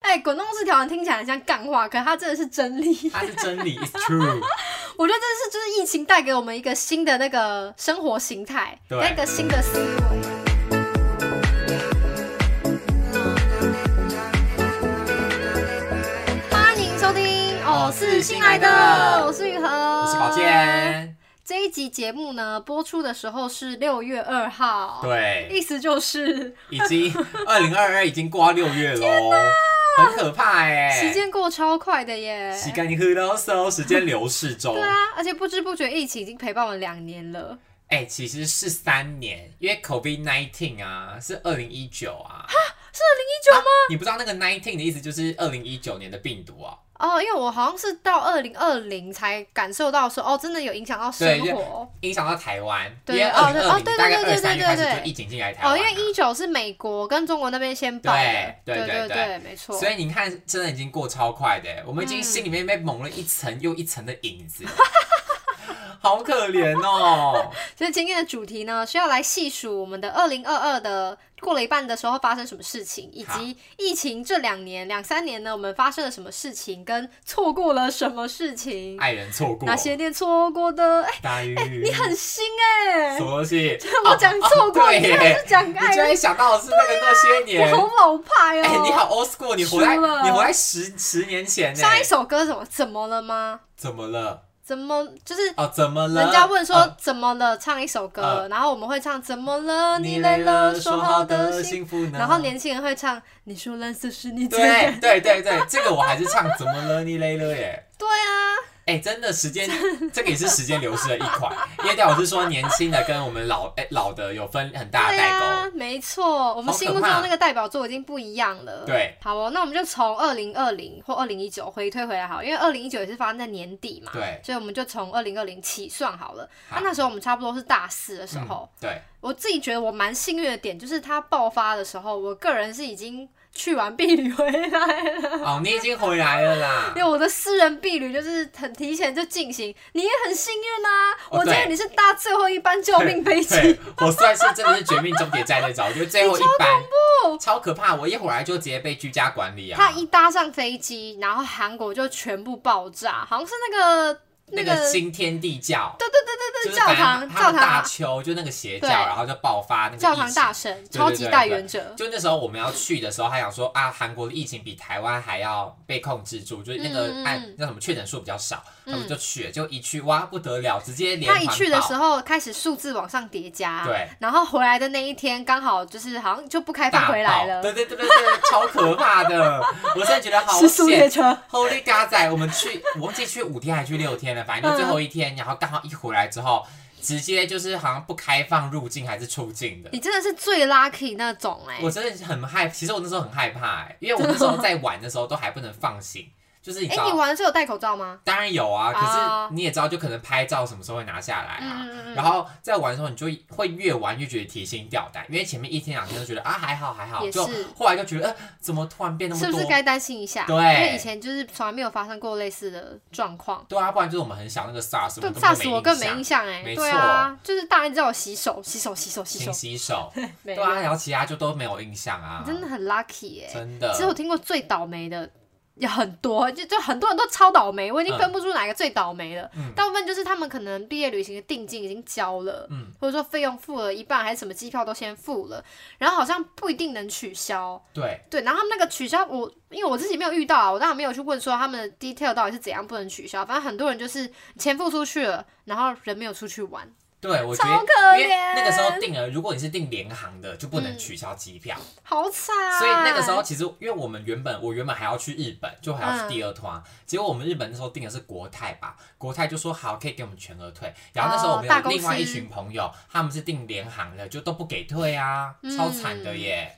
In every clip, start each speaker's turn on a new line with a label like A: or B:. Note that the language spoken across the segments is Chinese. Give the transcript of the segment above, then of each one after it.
A: 哎、滚动式调整听起来很像干话，可它真的是真理。
B: 它是真理，is true。
A: 我觉得这是就是疫情带给我们一个新的那个生活形态，
B: 对
A: 跟一个新的思维。欢迎收听，我是新来的，我是雨禾，
B: 我
A: 我
B: 是宝。剑，
A: 这一集节目呢，播出的时候是六月二号，，
B: 对，
A: 意思就是
B: 已经二零二二已经过到六月喽，很可怕哎、
A: 时间过超快的耶。
B: 洗干净喝到手，时间流逝中。
A: 对啊，而且不知不觉疫情已经陪伴我两年了。
B: 哎、其实是三年，因为 COVID nineteen 啊，是二零一九啊，
A: 是
B: 吗、你不知道那个 nineteen 的意思就是二零一九年的病毒啊？
A: 哦，因为我好像是到二零二零才感受到说，哦，真的有影响到生
B: 对因为
A: 活。
B: 影响到台湾，因
A: 对
B: 为
A: 哦
B: 二零
A: 对
B: 二
A: 哦
B: 零
A: 对对
B: 大概
A: 对对
B: 二三月
A: 对
B: 开
A: 对
B: 始就疫情进来台湾、啊
A: 哦，因为一九是美国跟中国那边先爆的，
B: 对对
A: 对
B: 对对
A: 没错。
B: 所以你看，真的已经过超快的，欸我们已经心里面被蒙了一层又一层的 影子，好可怜哦。
A: 所以今天的主题呢，是要来细数我们的二零二二的过了一半的时候发生什么事情，以
B: 好
A: 及疫情这两年两三年呢，我们发生了什么事情，跟错过了什么事情，
B: 爱人错哎过嗯
A: 哪些点错过的？哎、
B: 大鱼，
A: 你很新哎、
B: 什么东西？
A: 我讲错过，
B: 哦对
A: 你看我
B: 耶
A: 是讲
B: 你居
A: 爱
B: 然想到的是那个那些年
A: 我，好老派哦、
B: 哎、你好 old school，你活在
A: 输了
B: 你活在十十年前呢
A: 上？一首歌怎么怎么了吗？
B: 怎么了？
A: 怎么就是
B: 哦，怎么了？
A: 人家问说
B: 哦
A: 怎么了，唱一首歌，
B: 呃
A: 然后我们会唱怎么了，
B: 你
A: 你
B: 累
A: 累
B: 了，
A: 了，
B: 说
A: 说
B: 好
A: 好
B: 的
A: 的
B: 幸
A: 心。
B: 福呢？
A: 然后年轻人会唱你说蓝色是你最
B: 对对对对，这个我还是唱怎么了？你累了耶。
A: 对啊，
B: 哎、真的时间，这个也是时间流逝的一款。因为我是说，年轻的跟我们老哎、老的有分很大的
A: 对
B: 代沟。
A: 啊，没错，我们
B: 好可
A: 心目中
B: 怕
A: 那个代表作已经不一样了。
B: 对，
A: 好哦，那我们就从二零二零或二零一九回推回来好，因为二零一九也是发生在年底嘛，
B: 对
A: 所以我们就从二零二零起算好了。那、
B: 好
A: 那时候我们差不多是大四的时
B: 嗯
A: 候，
B: 对，
A: 我自己觉得我蛮幸运的点，就是它爆发的时候，我个人是已经去完避旅回来了，
B: 哦，你已经回来了啦
A: 因。为我的私人避旅就是很提前就进行，你也很幸运啊！
B: 哦
A: 我记得
B: 对
A: 你是搭最后一班救命飞
B: 对
A: 机，
B: 我算是真的是绝命终结站那种，就最后一班，超可怕！我一回来就直接被居家管理啊。
A: 他一搭上飞机，然后韩国就全部爆炸，好像是那个
B: 那
A: 个
B: 个新天地教，
A: 对对对对
B: 就
A: 对，
B: 是
A: 教堂
B: 反正他
A: 教
B: 们大
A: 堂
B: 邱就那个邪教，
A: 对
B: 然后就爆发那个
A: 教
B: 疫
A: 堂
B: 情
A: 大神，
B: 对
A: 超级
B: 对
A: 代
B: 对
A: 言者，
B: 就那时候我们要去的时候，还想说啊，韩国的疫情比台湾还要被控制住，就是
A: 嗯
B: 那
A: 嗯
B: 个
A: 嗯
B: 按、那什么确诊数比较少，他们
A: 嗯
B: 就去了，就一去哇不得了，直接连
A: 他一去的时
B: 候，
A: 候开始数字往上叠加，
B: 对，
A: 然后回来的那一天刚好就是好像就不开
B: 大
A: 放回来了
B: 爆，对对对对对，超可怕的，我真的觉得好
A: 时速列
B: 险。
A: 车，
B: Holy God 仔，我们去，我忘记去五天还是去六天了，反正就最后一天，然后刚好一回来之后，直接就是好像不开放入境还是出境的。
A: 你真的是最 lucky 那种哎、
B: 我真的很害，其实我那时候很害怕、欸，因为我那时候在玩的时候都还不能放心，就是你知
A: 哎、
B: 道，
A: 你玩的时候有戴口罩吗？
B: 当然有啊，
A: 啊
B: 可是你也知道，就可能拍照什么时候会拿下来啊。
A: 嗯嗯嗯
B: 然后在玩的时候，你就会越玩越觉得提心吊胆，因为前面一天两天都觉得啊还好还好，
A: 也是
B: 就后来就觉得呃怎么突然变那么
A: 是不
B: 多？
A: 是该担心一下？
B: 对
A: 因为以前就是从来没有发生过类似的状况。
B: 对啊，不然就是我们很小那个 SARS，我
A: 对
B: 们根本
A: ，SARS
B: 就
A: 我
B: 没
A: 更
B: 印
A: 没
B: 象
A: 印象哎、
B: 没错
A: 对啊，就是大人叫我洗手，洗手，洗手，洗手
B: 勤，洗手，
A: 没
B: 对
A: 有，
B: 啊，然后其他就都没有印象啊
A: 你，真的很 lucky 哎、
B: 真的
A: 其实我听过最倒霉的也很多，就就很多人都超倒霉，我已经
B: 嗯
A: 分不出哪个最倒霉了。
B: 嗯
A: 大部分就是他们可能毕业旅行的定金已经交了，
B: 嗯
A: 或者说费用付了一半，还是什么机票都先付了，然后好像不一定能取消。
B: 对，
A: 对，然后他们那个取消我，因为我自己没有遇到啊，我当然没有去问说他们的 detail 到底是怎样不能取消。反正很多人就是钱付出去了，然后人没有出去玩，
B: 对我觉
A: 超
B: 得。
A: 可
B: 因为那个时候
A: 怜，
B: 定了，如果你是订联航的，就不能
A: 嗯
B: 取消机票。
A: 好惨。
B: 所以那个时候，其实因为我们原本我原本还要去日本，就还要去第二团、
A: 嗯
B: 结果我们日本那时候订的是国泰吧，国泰就说好可以给我们全额退。然后那时候我们
A: 大
B: 有
A: 公司
B: 另外一群朋友，他们是订联航的，就都不给退啊，
A: 嗯
B: 超惨的耶。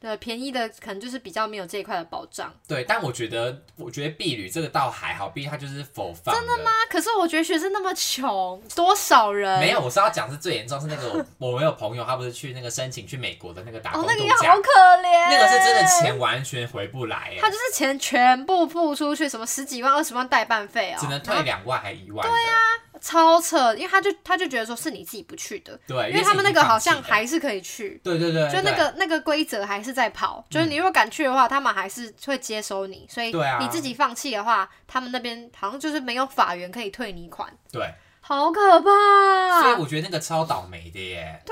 A: 对便宜的可能就是比较没有这一块的保障。
B: 对，但我觉得我觉得婢旅这个倒还好，毕竟它就是否放真的吗？
A: 啊，可是我觉得学生那么穷，多少人
B: 没有，我是要讲是最严重是那个我 我们有朋友他不是去那个申请去美国的那个打工
A: 哦，
B: 度
A: 那个也
B: 假，
A: 好可怜，
B: 那个是真的。钱完全回不来耶
A: 他。就是钱全部付出去，什么十几万、二十万代办费哦，
B: 只能退
A: 然后啊
B: 两万还一万，对呀、
A: 超扯，因为他就他就觉得说是你自己不去的，
B: 对，
A: 因为他们那个好像
B: 因为
A: 还是可以去，
B: 是已经放弃了对对对，
A: 就那
B: 对嗯
A: 个那个规则还是在跑，就是你如果敢去的话，他们还是会接收你，所以
B: 对啊
A: 你自己放弃的话，他们那边好像就是没有法源可以退你款，
B: 对，
A: 好可
B: 所
A: 怕
B: 以。我觉得那个超倒霉的耶。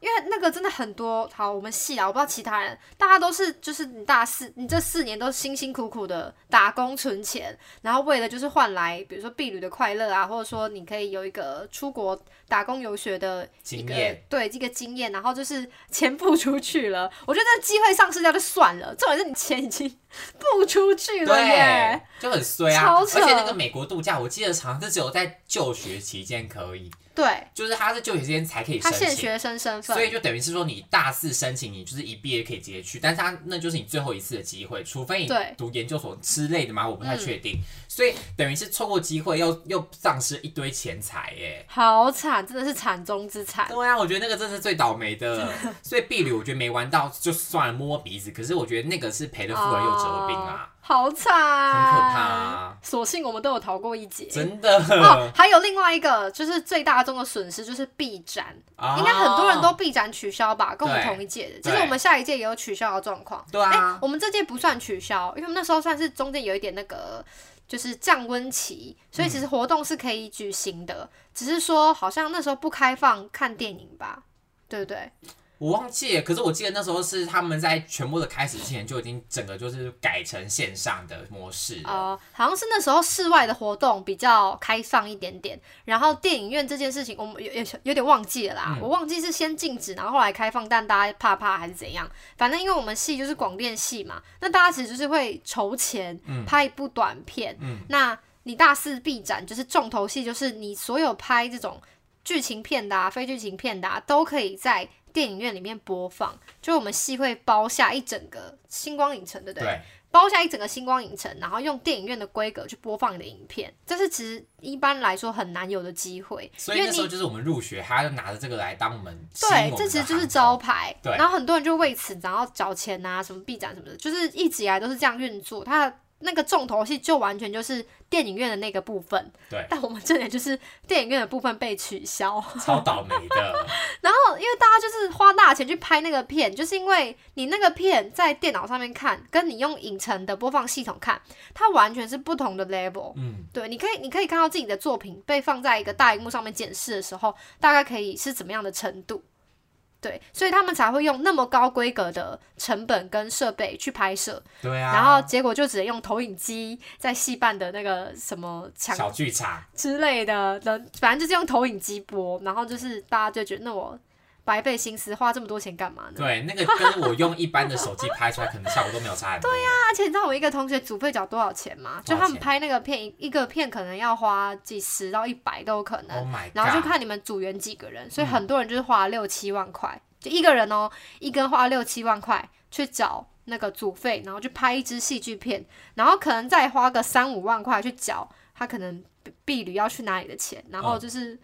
A: 因为那个真的很多，好，我们系啊，我不知道其他人，大家都是就是你大四，你这四年都辛辛苦苦的打工存钱，然后为了就是换来，比如说婢女的快乐啊，或者说你可以有一个出国打工游学的一
B: 经
A: 个
B: 验，
A: 对这个经验，然后就是钱付出去了，我觉得这机会丧失掉就算了，重点是你钱已经付出去了
B: 对
A: 耶，，
B: 就很衰啊！
A: 超
B: 而
A: 扯
B: 且那个美国度假，我记得好像是只有在就学期间可以，
A: 对，
B: 就是他是就学期间才可以
A: 他
B: 申
A: 现
B: 请，
A: 学生身份
B: 所，以就等于是说你大四申请，你就是一毕业可以直接去，但是他那就是你最后一次的机会，除非你
A: 对嗯
B: 读研究所之类的嘛，我不太确定。所以等于是错过机会又，又丧失一堆钱财耶。
A: 好惨，真的是惨中之惨。
B: 对啊，我觉得那个真是最倒霉的。所以婢女，我觉得没玩到就算了，摸摸鼻子。可是我觉得那个是赔了夫人又折兵啊，
A: 哦哎好惨，
B: 很可怕啊
A: 所幸我们都有逃过一劫。
B: 真的。
A: 哦，还有另外一个就是最大宗的损失就是闭展，
B: 啊
A: 哦应该很多人都闭展取消吧，跟我们
B: 对
A: 同一届的。其实
B: 对
A: 我们下一届也有取消的状况。
B: 对啊
A: 哎我们这届不算取消，因为我们那时候算是中间有一点那个就是降温期，所以其实活动是可以举行的，只是说好像那时候不开放看电影吧，对不对？
B: 我忘记了，可是我记得那时候是他们在全部的开始之前就已经整个就是改成线上的模式了。
A: 哦、好像是那时候室外的活动比较开放一点点，然后电影院这件事情我们有有有点忘记了啦，
B: 嗯
A: 我忘记是先禁止，然后后来开放，但大家怕怕还是怎样，反正因为我们系就是广电系嘛，那大家其实就是会筹钱
B: 嗯
A: 拍一部短片，
B: 嗯
A: 那你大四必展就是重头戏，就是你所有拍这种剧情片的、啊、非剧情片的、啊、都可以在。电影院里面播放，就我们系会包下一整个星光影城，对不对？
B: 对，
A: 包下一整个星光影城，然后用电影院的规格去播放你的影片，这是其实一般来说很难有的机会，
B: 所以
A: 因
B: 那
A: 为
B: 时候
A: 你。
B: 就是我们入学，他就拿着这个来当我们吸 引
A: 对
B: 我，们
A: 这
B: 的
A: 其实就是
B: 航
A: 招
B: 空
A: 牌，
B: 对
A: 然后很多人就为此然后找钱啊，什么币展什么的，就是一直以来都是这样运作。它的那个重头戏就完全就是电影院的那个部分，
B: 对
A: 但我们这里就是电影院的部分被取消，
B: 超倒霉的。
A: 然后，因为大家就是花大钱去拍那个片，就是因为你那个片在电脑上面看，跟你用影城的播放系统看，它完全是不同的 level。
B: 嗯，
A: 对，你可以，你可以看到自己的作品被放在一个大荧幕上面检视的时候，大概可以是怎么样的程度。对，所以他们才会用那么高规格的成本跟设备去拍摄，
B: 对啊。
A: 然后结果就只能用投影机在戏办的那个什么墙
B: 小剧场，
A: 之类的，人反正就是用投影机播，然后就是大家就觉得那我白费心思花这么多钱干嘛呢？
B: 对，那个跟我用一般的手机拍出来，可能效果都没有差很多。对呀、
A: 而且你知道我一个同学组费缴多少钱吗？
B: 多
A: 就
B: 少钱
A: 他们拍那个片，一一个片可能要花几十到一百都有可能
B: o h Oh my god！
A: 然后就看你们组员几个人，
B: 嗯
A: 所以很多人就是花六七万块，就一个人哦，一个人花六七万块去找那个组费，然后去拍一支戏剧片，然后可能再花个三五万块去缴他可能婢婢旅要去哪里的钱，然后
B: 嗯
A: 就是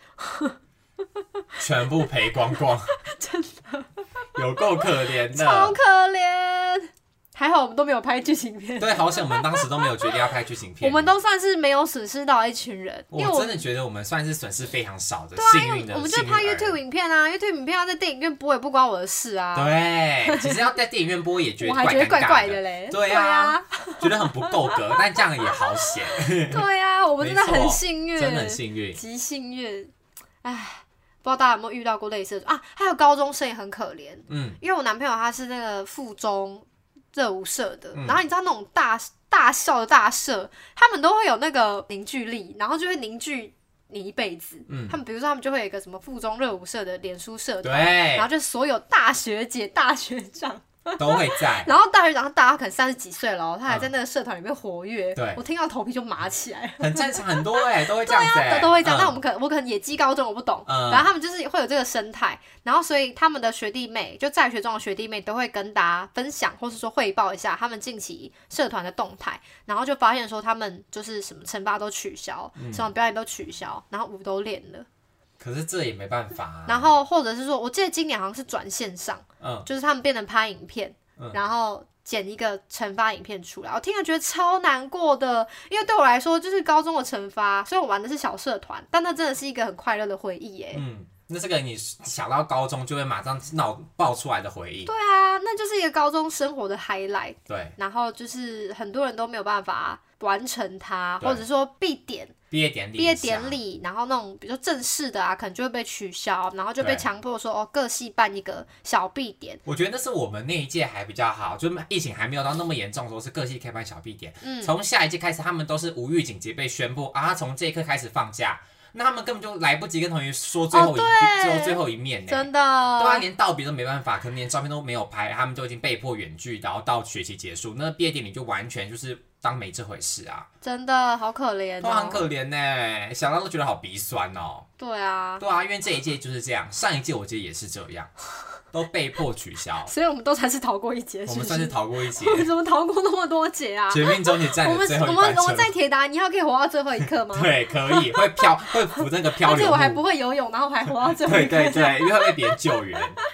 B: 全部赔光 光，真的有够可怜
A: 超
B: 的。
A: 可怜。还好我们都没有拍剧情片，
B: 对，好险我们当时都没有决定要拍剧情片。
A: 我们都算是没有损失到一群人，因为
B: 我
A: 我
B: 真的觉得我们算是损失非常少的，
A: 对啊，因
B: 幸运
A: 为
B: 的
A: 我们就
B: 幸运
A: 拍
B: 儿
A: YouTube 影片啊，YouTube 影片要在电影院播也不关我的事啊，
B: 对，其实要在电影院播也觉
A: 我
B: 得
A: 还觉得
B: 怪
A: 怪
B: 尴
A: 怪
B: 尬
A: 的，嘞，
B: 对啊
A: 啊，
B: 觉得很不够格， 但这样也好险，
A: 对啊，我们真的
B: 没
A: 很
B: 错
A: 幸运，
B: 真的很幸运。
A: 极幸运，唉，不知道大家有没有遇到过类似的啊？还有高中生也很可怜，
B: 嗯，
A: 因为我男朋友他是那个附中热舞社的，
B: 嗯
A: 然后你知道那种大大校的大社，他们都会有那个凝聚力，然后就会凝聚你一辈子。
B: 嗯
A: 他们比如说他们就会有一个什么附中热舞社的脸书社团，然
B: 对
A: 后，就所有大学姐、大学长，
B: 都会在。
A: 然后大学长大家可能三十几岁了哦，他还在那个社团里面活跃，
B: 嗯对
A: 我听到头皮就麻起来了。
B: 很正常，很多哎、都会这样子、欸，
A: 啊都都会这样。
B: 嗯
A: 但我们可我可能野鸡高中我不懂，
B: 嗯
A: 然后他们就是会有这个生态，然后所以他们的学弟妹就在学中的学弟妹都会跟大家分享，或是说汇报一下他们近期社团的动态，然后就发现说他们就是什么惩罚都取消，
B: 嗯
A: 什么表演都取消，然后舞都练了，
B: 可是这也没办法、啊。
A: 然后或者是说我记得今年好像是转线上，
B: 嗯，
A: 就是他们变成拍影片。然后剪一个惩罚影片出来。我听了觉得超难过的，因为对我来说就是高中的惩罚，虽然我玩的是小社团，但那真的是一个很快乐的回忆耶。
B: 嗯，那这个你想到高中就会马上闹爆出来的回忆。
A: 对啊，那就是一个高中生活的 highlight。
B: 对，
A: 然后就是很多人都没有办法完成它，
B: 对
A: 或者说必点
B: 毕业典礼，啊
A: 毕业典，礼，然后那种比如说正式的啊，可能就会被取消，然后就被
B: 对
A: 强迫说哦，各系办一个小必点。
B: 我觉得那是我们那一届还比较好，就是疫情还没有到那么严重的时候，是各系开班小 B 点。
A: 嗯
B: 从下一届开始，他们都是无预警直接被宣布啊，从这一刻开始放假，那他们根本就来不及跟同学说最后一、
A: 哦对
B: 最后最后一面呢、
A: 真
B: 对啊，
A: 的，
B: 连道别都没办法，可能连照片都没有拍，他们都已经被迫远距，然后到学期结束，那毕业典礼就完全就是当没这回事啊，
A: 真的好可怜
B: 都很
A: 哦。
B: 可怜呢、想到都觉得好鼻酸哦。
A: 对啊，
B: 对啊，因为这一届就是这样，上一届我记得也是这样，都被迫取
A: ，
B: 消
A: 所以我们都才是逃过一劫，
B: 我
A: 是不
B: 们算是
A: 是？
B: 逃过一劫。
A: 我们怎么逃过那么多劫啊？
B: 绝命终结站
A: 我
B: 的
A: 们
B: 最后
A: 我
B: 一班
A: 们
B: 车
A: 我们在铁达尼号可以活到最后一刻吗？
B: 对，可以会漂，会浮那个漂
A: 而且
B: 流
A: 我还
B: 木。
A: 不会游泳，然后还活到最后一
B: 对
A: 刻，
B: 对对，因为会被别人救援，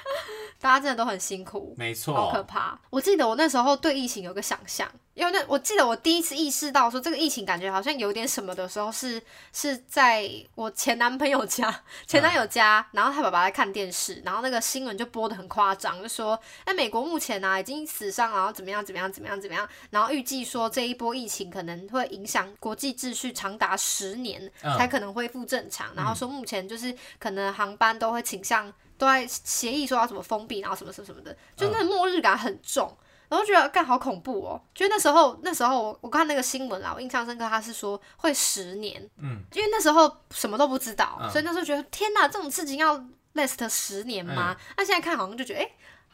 A: 大家真的都很辛苦。
B: 没
A: 好可
B: 错。
A: 怕！我记得我那时候对疫情有个想象，因为那我记得我第一次意识到说这个疫情感觉好像有点什么的时候是，是在我前男朋友家， 前男友家，然后他爸爸在看电视，然后那个新闻就播的很夸张，就说那美国目前呢、啊、已经死伤，然后怎么样怎么样怎么样怎么样，然后预计说这一波疫情可能会影响国际秩序长达十年，
B: 嗯
A: 才可能恢复正常。然后说目前就是可能航班都会倾向都在协议说要怎么封闭，然后什么什么什么
B: 嗯
A: 的，就那个末日感很重。然后觉得干好恐怖哦！就那时候，那时候我我看那个新闻啦，我印象深刻，他是说会十年，
B: 嗯，
A: 因为那时候什么都不知道，
B: 嗯
A: 所以那时候觉得天哪，这种事情要 last 十年
B: 嗯
A: 吗？那、现在看好像就觉得哎、诶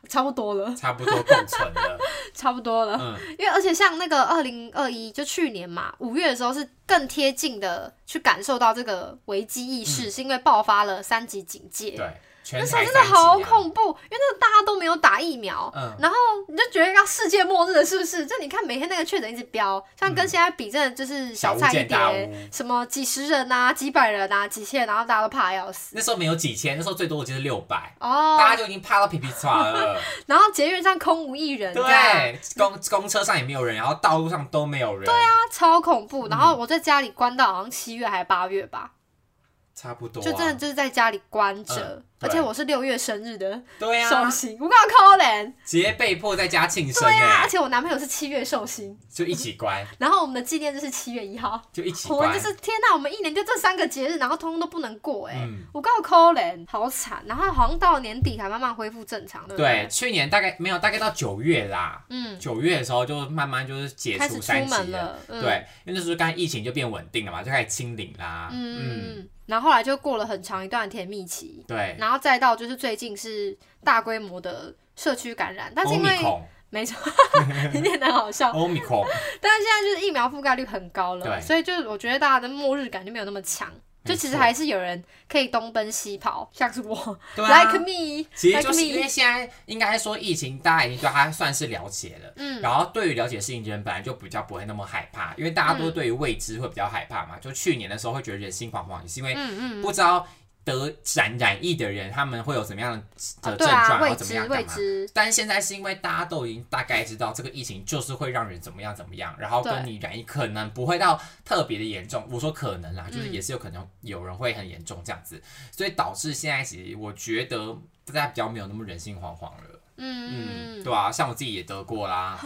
A: 差不多了，
B: 差不多共存了，
A: 差不多了。
B: 嗯，
A: 因为而且像那个二零二一，就去年嘛，五月的时候是更贴近的去感受到这个危机意识，是因为爆发了三级警戒。
B: 嗯对，全
A: 那时候
B: 台
A: 真的
B: 三级
A: 好
B: 啊，
A: 恐怖，因为那个大家都没有打疫苗，
B: 嗯，
A: 然后你就觉得要世界末日了，是不是？就你看每天那个确诊一直飙，像跟现在比，真的就是
B: 嗯小巫
A: 菜一
B: 见大
A: 碟，
B: 巫。
A: 什么几十人啊、几百人啊、几千人，然后大家都怕得要死。
B: 那时候没有几千，那时候最多的就是六百，大
A: 哦
B: 家，就已经怕到皮皮抓 了。
A: 然后捷运上空无一人，这样
B: 对，公公车上也没有人，然后道路上都没有人。对啊，
A: 超恐怖。然后我在家里关到好像七月还八月吧，
B: 差不多啊。
A: 就真的就是在家里关着
B: 嗯，对
A: 而且我是六月生日的
B: 对
A: 寿
B: 啊，
A: 星，我刚好 c a
B: 直接被迫在家庆生
A: 对啊，
B: 哎
A: 而、且我男朋友是七月寿星，
B: 就一起 关，
A: 然后我们的纪念日是七月一号，
B: 就一起
A: 我
B: 关。
A: 们就是天哪，我们一年就这三个节日，然后通通都不能过哎、
B: 嗯
A: 我刚好 c a 好惨，然后好像到年底才慢慢恢复正常，对不
B: 对，？去年大概没有，大概到九月啦，
A: 嗯，
B: 九月的时候就慢慢就是解
A: 开
B: 除
A: 始出
B: 三级
A: 门。了，嗯、
B: 对，因为那时候刚才疫情就变稳定了嘛，就开始清零啦。嗯，
A: 嗯，嗯，然后后来就过了很长一段甜蜜期，
B: 对，
A: 然后再到就是最近是大规模的社区感染，但是
B: 欧
A: 因
B: 米
A: 为
B: 孔，
A: 没错， 有点难好笑。
B: 欧米孔，
A: 但是现在就是疫苗覆盖率很高了，
B: 对
A: 所以就是我觉得大家的末日感就没有那么强。就
B: 没
A: 其实
B: 错
A: 还是有人可以东奔西跑，像是我、
B: 对
A: l i
B: 啊
A: k e。me，
B: 其实
A: like
B: 就是因
A: me
B: 为现在应该说疫情，大家已经对它算是了解了，
A: 嗯
B: 然后对于了解事情的人本来就比较不会那么害怕，因为大
A: 嗯
B: 家都对于未知会比较害怕嘛。就去年的时候会觉得人心惶惶，也是因为
A: 嗯嗯，
B: 不知道得染染疫的人他们会有怎么样的
A: 啊
B: 的
A: 对
B: 症
A: 啊，
B: 状，然
A: 未
B: 后怎么
A: 知
B: 样
A: 未
B: 干嘛。
A: 知，
B: 但现在是因为大家都已经大概知道这个疫情就是会让人怎么样怎么样，然后跟
A: 对
B: 你染疫可能不会到特别的严重。我说可能啦，就是
A: 嗯
B: 也是有可能有人会很严重这样子，所以导致现在其实我觉得大家比较没有那么人心惶惶了。
A: 嗯
B: 嗯，
A: 嗯
B: 对啊，像我自己也得 过啦，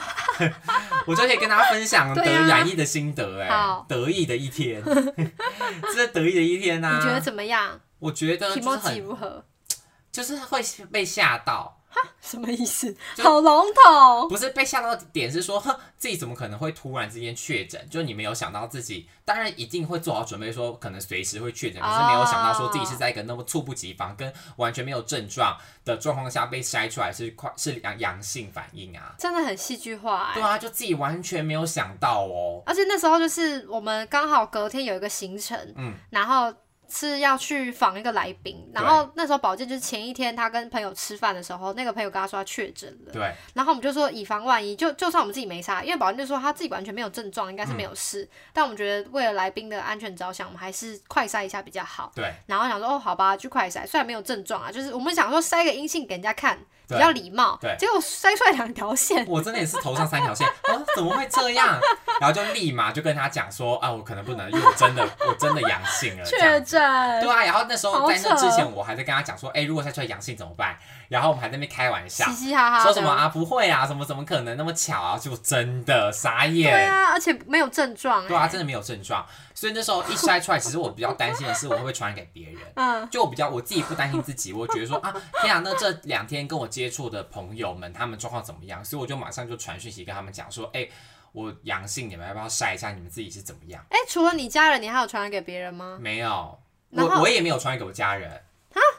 B: 我就可以跟大家分享得
A: 对啊
B: 染疫的心得、欸，哎、
A: 好
B: 得意的一天， 这是得意的一天啊呐、
A: 嗯，你觉得怎么样？
B: 我觉
A: 题
B: 得啊就是
A: 目几
B: 很
A: 如何？
B: 就是会被吓到，
A: 什么意思？
B: 就
A: 好笼统，
B: 不是被吓到的点是说，哼，自己怎么可能会突然之间确诊？就你没有想到自己，当然一定会做好准备，说可能随时会确诊，可是没有想到说自己是在一个那么猝不及防、跟完全没有症状的状况下被筛出来是快是阳阳性反应啊。
A: 真的很戏剧化哎、
B: 对啊，就自己完全没有想到哦。
A: 而且那时候就是我们刚好隔天有一个行程，
B: 嗯
A: 然后是要去访一个来宾，然后那时候宝健就是前一天他跟朋友吃饭的时候，那个朋友跟他说他确诊了，
B: 对，
A: 然后我们就说以防万一，就就算我们自己没杀，因为宝健就说他自己完全没有症状，应该是没有
B: 嗯
A: 事，但我们觉得为了来宾的安全着想，我们还是快筛一下比较好。
B: 对，
A: 然后想说哦，好吧，去快筛，虽然没有症状啊，就是我们想说筛个阴性给人家看，比
B: 对
A: 较礼貌，
B: 对
A: 结果塞出来两条线，
B: 我真的也是头上三条线，啊，怎么会这样？然后就立马就跟他讲说，啊，我可能不能，因为我真的我真的阳性了，这样
A: 确诊
B: 对，啊，然后那时
A: 好
B: 候在那
A: 扯哦
B: 之前，我还在跟他讲说，哎、如果筛出来阳性怎么办？然后我们还在那边开玩笑
A: 嘻，嘻哈哈的，
B: 说什么啊，不会啊，怎么怎么可能那么巧啊？结果真的傻眼。
A: 对啊，而且没有症状、欸，
B: 对啊，真的没有症状，所以那时候一筛出来，其实我比较担心的是我会不会传染给别人。
A: 嗯，
B: 就我比较我自己不担心自己，我觉得说啊，天啊，那这两天跟我接触的朋友们，他们状况怎么样？所以我就马上就传讯息跟他们讲说，哎、我阳性，你们要不要筛一下你们自己是怎么样？
A: 哎、除了你家人，你还有传染给别人吗？
B: 没有，
A: 嗯然后
B: 我我也没有传染给我家人，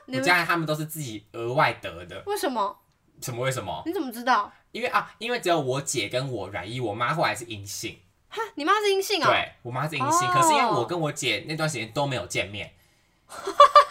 A: 你
B: 我
A: 们
B: 家人他们都是自己额外得的。
A: 为什么？
B: 什么？为什么？
A: 你怎么知道？
B: 因为啊，因为只有我姐跟我染疫，我妈后来是阴性，
A: 哈，你妈是阴性啊、
B: 对我妈是阴性。
A: 哦
B: 可是因为我跟我姐那段时间都没有见面，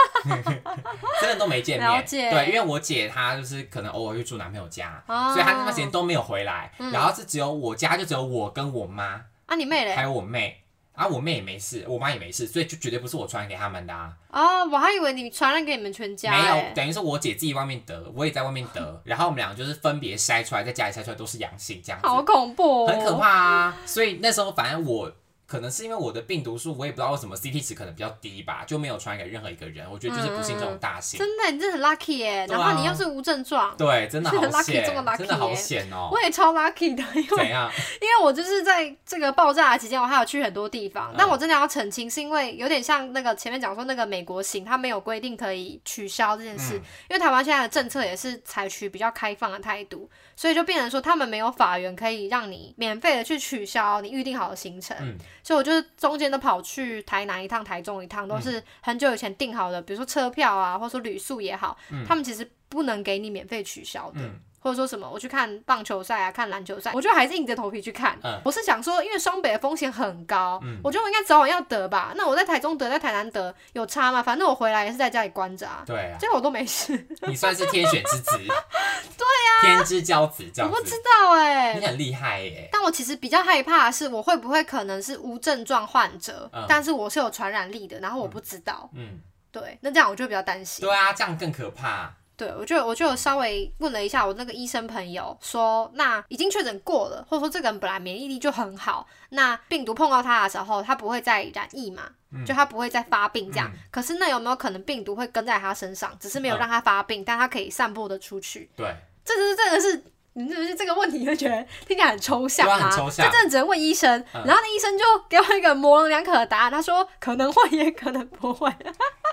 B: 真的都没见
A: 了
B: 面。
A: 解
B: 对，因为我姐她就是可能偶尔去住男朋友家，
A: 哦嗯
B: 所以她那段时间都没有回来。然后是只有我家，就只有我跟我妈，
A: 啊，你妹嘞
B: 还？有我妹。啊，我妹也没事，我妈也没事，所以就绝对不是我传染给他们的、啊。
A: 哦，我还以为你传染给你们全家、
B: 没
A: 欸，
B: 有，等于是我姐自己外面得，我也在外面 得，然后我们两个就是分别筛出来，在家里筛出来都是阳性这样子。
A: 好恐怖、哦，
B: 很可怕啊。所以那时候，反正我可能是因为我的病毒数，我也不知道为什么 CT 值可能比较低吧，就没有传染给任何一个人。我觉得就是不幸这种大幸。
A: 真的，你真的很 lucky 耶、
B: 对啊
A: 然后你又是无症状，
B: 对，真的好
A: Lucky
B: 险
A: 中了，lucky
B: 真的好险哦、
A: 我也超 lucky 的，因为
B: 怎 样？
A: 因为我就是在这个爆炸的期间，我还有去很多地方
B: 嗯。
A: 但我真的要澄清，是因为有点像那个前面讲说那个美国行，它没有规定可以取消这件事，
B: 嗯
A: 因为台湾现在的政策也是采取比较开放的态度，所以就变成说他们没有法源可以让你免费的去取消你预定好的行程。
B: 嗯
A: 所以我就是中间都跑去台南一趟、台中一趟，
B: 嗯
A: 都是很久以前订好的，比如说车票啊，或者说旅宿也好，他们其实不能给你免费取消的。
B: 嗯
A: 或者说什么，我去看棒球赛啊，看篮球赛，我就还是硬着头皮去看。
B: 嗯
A: 我是想说，因为双北的风险很高，我觉得我应该早晚要得吧。那我在台中得，在台南得有差吗？反正我回来也是在家里关着啊，
B: 对啊，
A: 结果我都没事，
B: 你算是天选之 子。对啊，天之骄子 这
A: 我
B: 样
A: 不知
B: 子，
A: 道哎、
B: 你很厉害耶、
A: 但我其实比较害怕的是，我会不会可能是无症状患者，
B: 嗯
A: 但是我是有传染力的，然后我不知道。
B: 嗯，
A: 对，那这样我就比较担心。
B: 对啊，这样更可怕。
A: 对，我就我就有稍微问了一下我那个医生朋友，说那已经确诊过了，或者说这个人本来免疫力就很好，那病毒碰到他的时候，他不会再染疫嘛，
B: 嗯
A: 就他不会再发病这样。可是那有没有可能病毒会跟在他身上，只是没有
B: 嗯
A: 让他发病，但他可以散播的出去？
B: 对，
A: 这就是这个是。你是不是这个问题就觉得听起来很抽象
B: 对
A: 吗？
B: 啊很抽象
A: 这真的只能问医生，
B: 嗯
A: 然后那医生就给我一个模棱两可的答案，他说可能会也可能不会。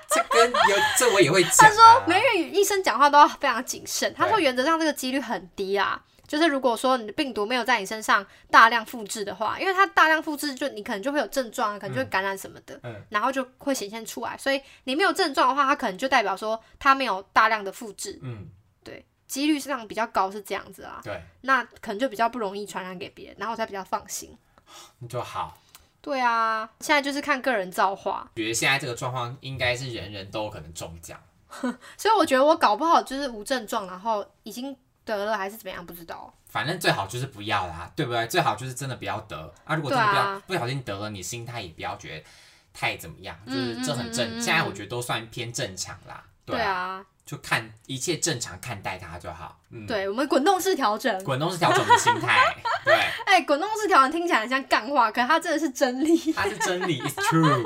B: 这跟有这我也会讲、啊。
A: 他说，没，因为医生讲话都要非常谨慎。他说，
B: 对
A: 原则上这个几率很低啊。就是如果说你的病毒没有在你身上大量复制的话，因为它大量复制，就你可能就会有症状，啊可能就会感染什么的，
B: 嗯
A: 然后就会显现出来。所以你没有症状的话，它可能就代表说它没有大量的复制，
B: 嗯，
A: 对，几率上比较高是这样子啊。
B: 对，
A: 那可能就比较不容易传染给别人，然后我才比较放心。
B: 你就好。
A: 对啊，现在就是看个人造化。
B: 觉得现在这个状况应该是人人都有可能中奖。
A: 所以我觉得我搞不好就是无症状，然后已经得了还是怎么样，不知道。
B: 反正最好就是不要啦，对不对？最好就是真的不要得啊！如果真的不
A: 对
B: 要、
A: 啊
B: 不小心得了，你心态也不要觉得太怎么样，就
A: 嗯
B: 是这很正。
A: 嗯嗯嗯
B: 现在我觉得都算偏正常啦，对
A: 对
B: 啊，
A: 啊，
B: 就看一切正常看待它就好。嗯，，
A: 对，我们滚动式调整。
B: 滚动是调整的心态，对，
A: 哎、滚动式调整听起来很像干话，可它真的是真理。
B: 它是真理，it's true。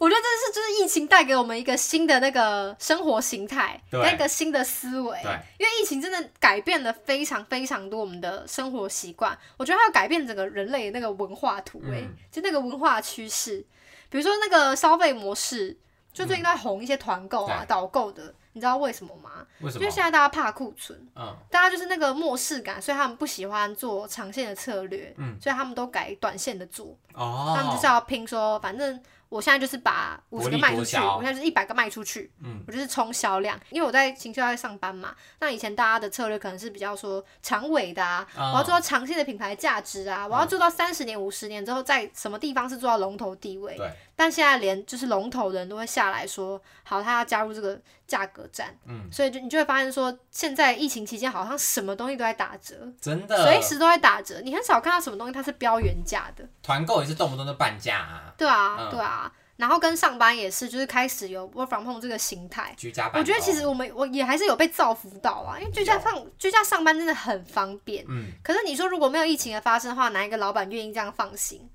A: 我觉得这是就是疫情带给我们一个新的那个生活形态，
B: 对
A: 那个新的思维。
B: 对
A: 因为疫情真的改变了非常非常多我们的生活习惯，我觉得它要改变整个人类的那个文化图、哎、
B: 嗯
A: 就那个文化趋势，比如说那个消费模式，就最近在红一些团购啊、
B: 嗯对
A: 导购的，你知道为什么吗？
B: 为什
A: 因
B: 么
A: 为？现在大家怕库存。
B: 嗯，
A: 大家就是那个漠视感，所以他们不喜欢做长线的策略，
B: 嗯
A: 所以他们都改短线的做，他们就是
B: 哦，
A: 要拼说，反正我现在就是把五十个
B: 薄利
A: 卖
B: 多
A: 出去，
B: 销
A: 我现在就是一百个卖出去，
B: 嗯
A: 我就是冲销量，因为我在行销在上班嘛，那以前大家的策略可能是比较说长尾的啊，
B: 嗯
A: 我要做到长线的品牌价值啊，我要做到三十年、五十年之后，在什么地方是做到龙头地位，
B: 对，
A: 但现在连就是龙头人都会下来说，好，他要加入这个价格战，
B: 嗯，
A: 所以就你就会发现说，现在疫情期间好像什么东西都在打折，
B: 真
A: 随
B: 的，
A: 时都在打折，你很少看到什么东西它是标原价的，
B: 团购也是动不动就半价啊。
A: 对啊，
B: 嗯
A: 对啊。然后跟上班也是，就是开始有 work from home 这个形态。
B: 居家办公，
A: 我觉得其实我们我也还是有被造福到啊啦，因为居家上居家上班真的很方便。
B: 嗯，
A: 可是你说如果没有疫情的发生的话，哪一个老板愿意这样放行？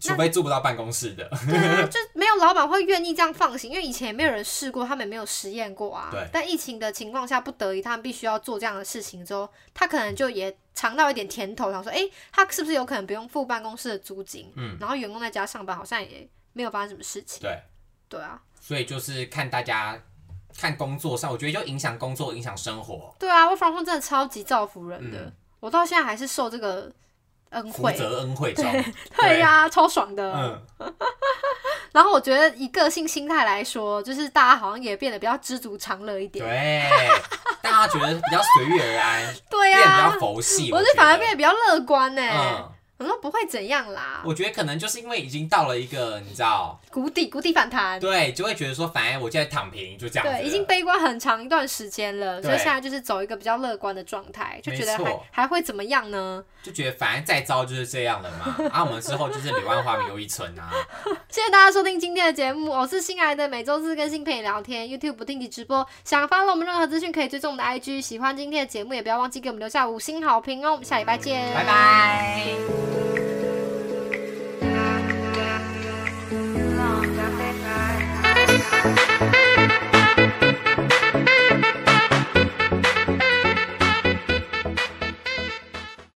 B: 除非住不到办公室的，
A: 对啊，就没有老板会愿意这样放行，因为以前也没有人试过，他们也没有实验过啊
B: 对。
A: 但疫情的情况下，不得已他们必须要做这样的事情之后，他可能就也尝到一点甜头，想说，诶，他是不是有可能不用付办公室的租金？
B: 嗯，
A: 然后员工在家上班，好像也没有发生什么事情。
B: 对，
A: 对啊，
B: 所以就是看大家看工作上，我觉得就影响工作，影响生活，
A: 对啊，我 o r 真的超级造福人的，
B: 嗯
A: 我到现在还是受这个恩
B: 福
A: 惠。
B: 泽恩惠中，
A: 对呀、超爽的。
B: 嗯，
A: 然后我觉得以个性心态来说，就是大家好像也变得比较知足常乐一点。
B: 对，大家觉得比较随遇而安，
A: 对
B: 变得
A: 呀、
B: 比较佛系，
A: 我
B: 我
A: 是反而
B: 觉得
A: 变得比较乐观呢、
B: 嗯，
A: 我说不会怎样啦，
B: 我觉得可能就是因为已经到了一个你知道，
A: 谷底谷底反弹。
B: 对，就会觉得说，反正我现在躺平，就这样子了，
A: 嗯对，已经悲观很长一段时间了，所以
B: 对
A: 现在就是走一个比较乐观的状态，就觉得
B: 没
A: 还
B: 错
A: 还会怎么样呢？
B: 就觉得反正再糟就是这样了嘛，啊，我们之后就是柳暗花明又一村 啊，
A: 谢谢大家收听今天的节目，我是新来的，每周四更新陪你聊天，YouTube 不定期直播。想发了我们任何资讯，可以追踪我们的 IG。喜欢今天的节目，也不要忘记给我们留下五星好评哦。我们下礼拜见，
B: 拜拜。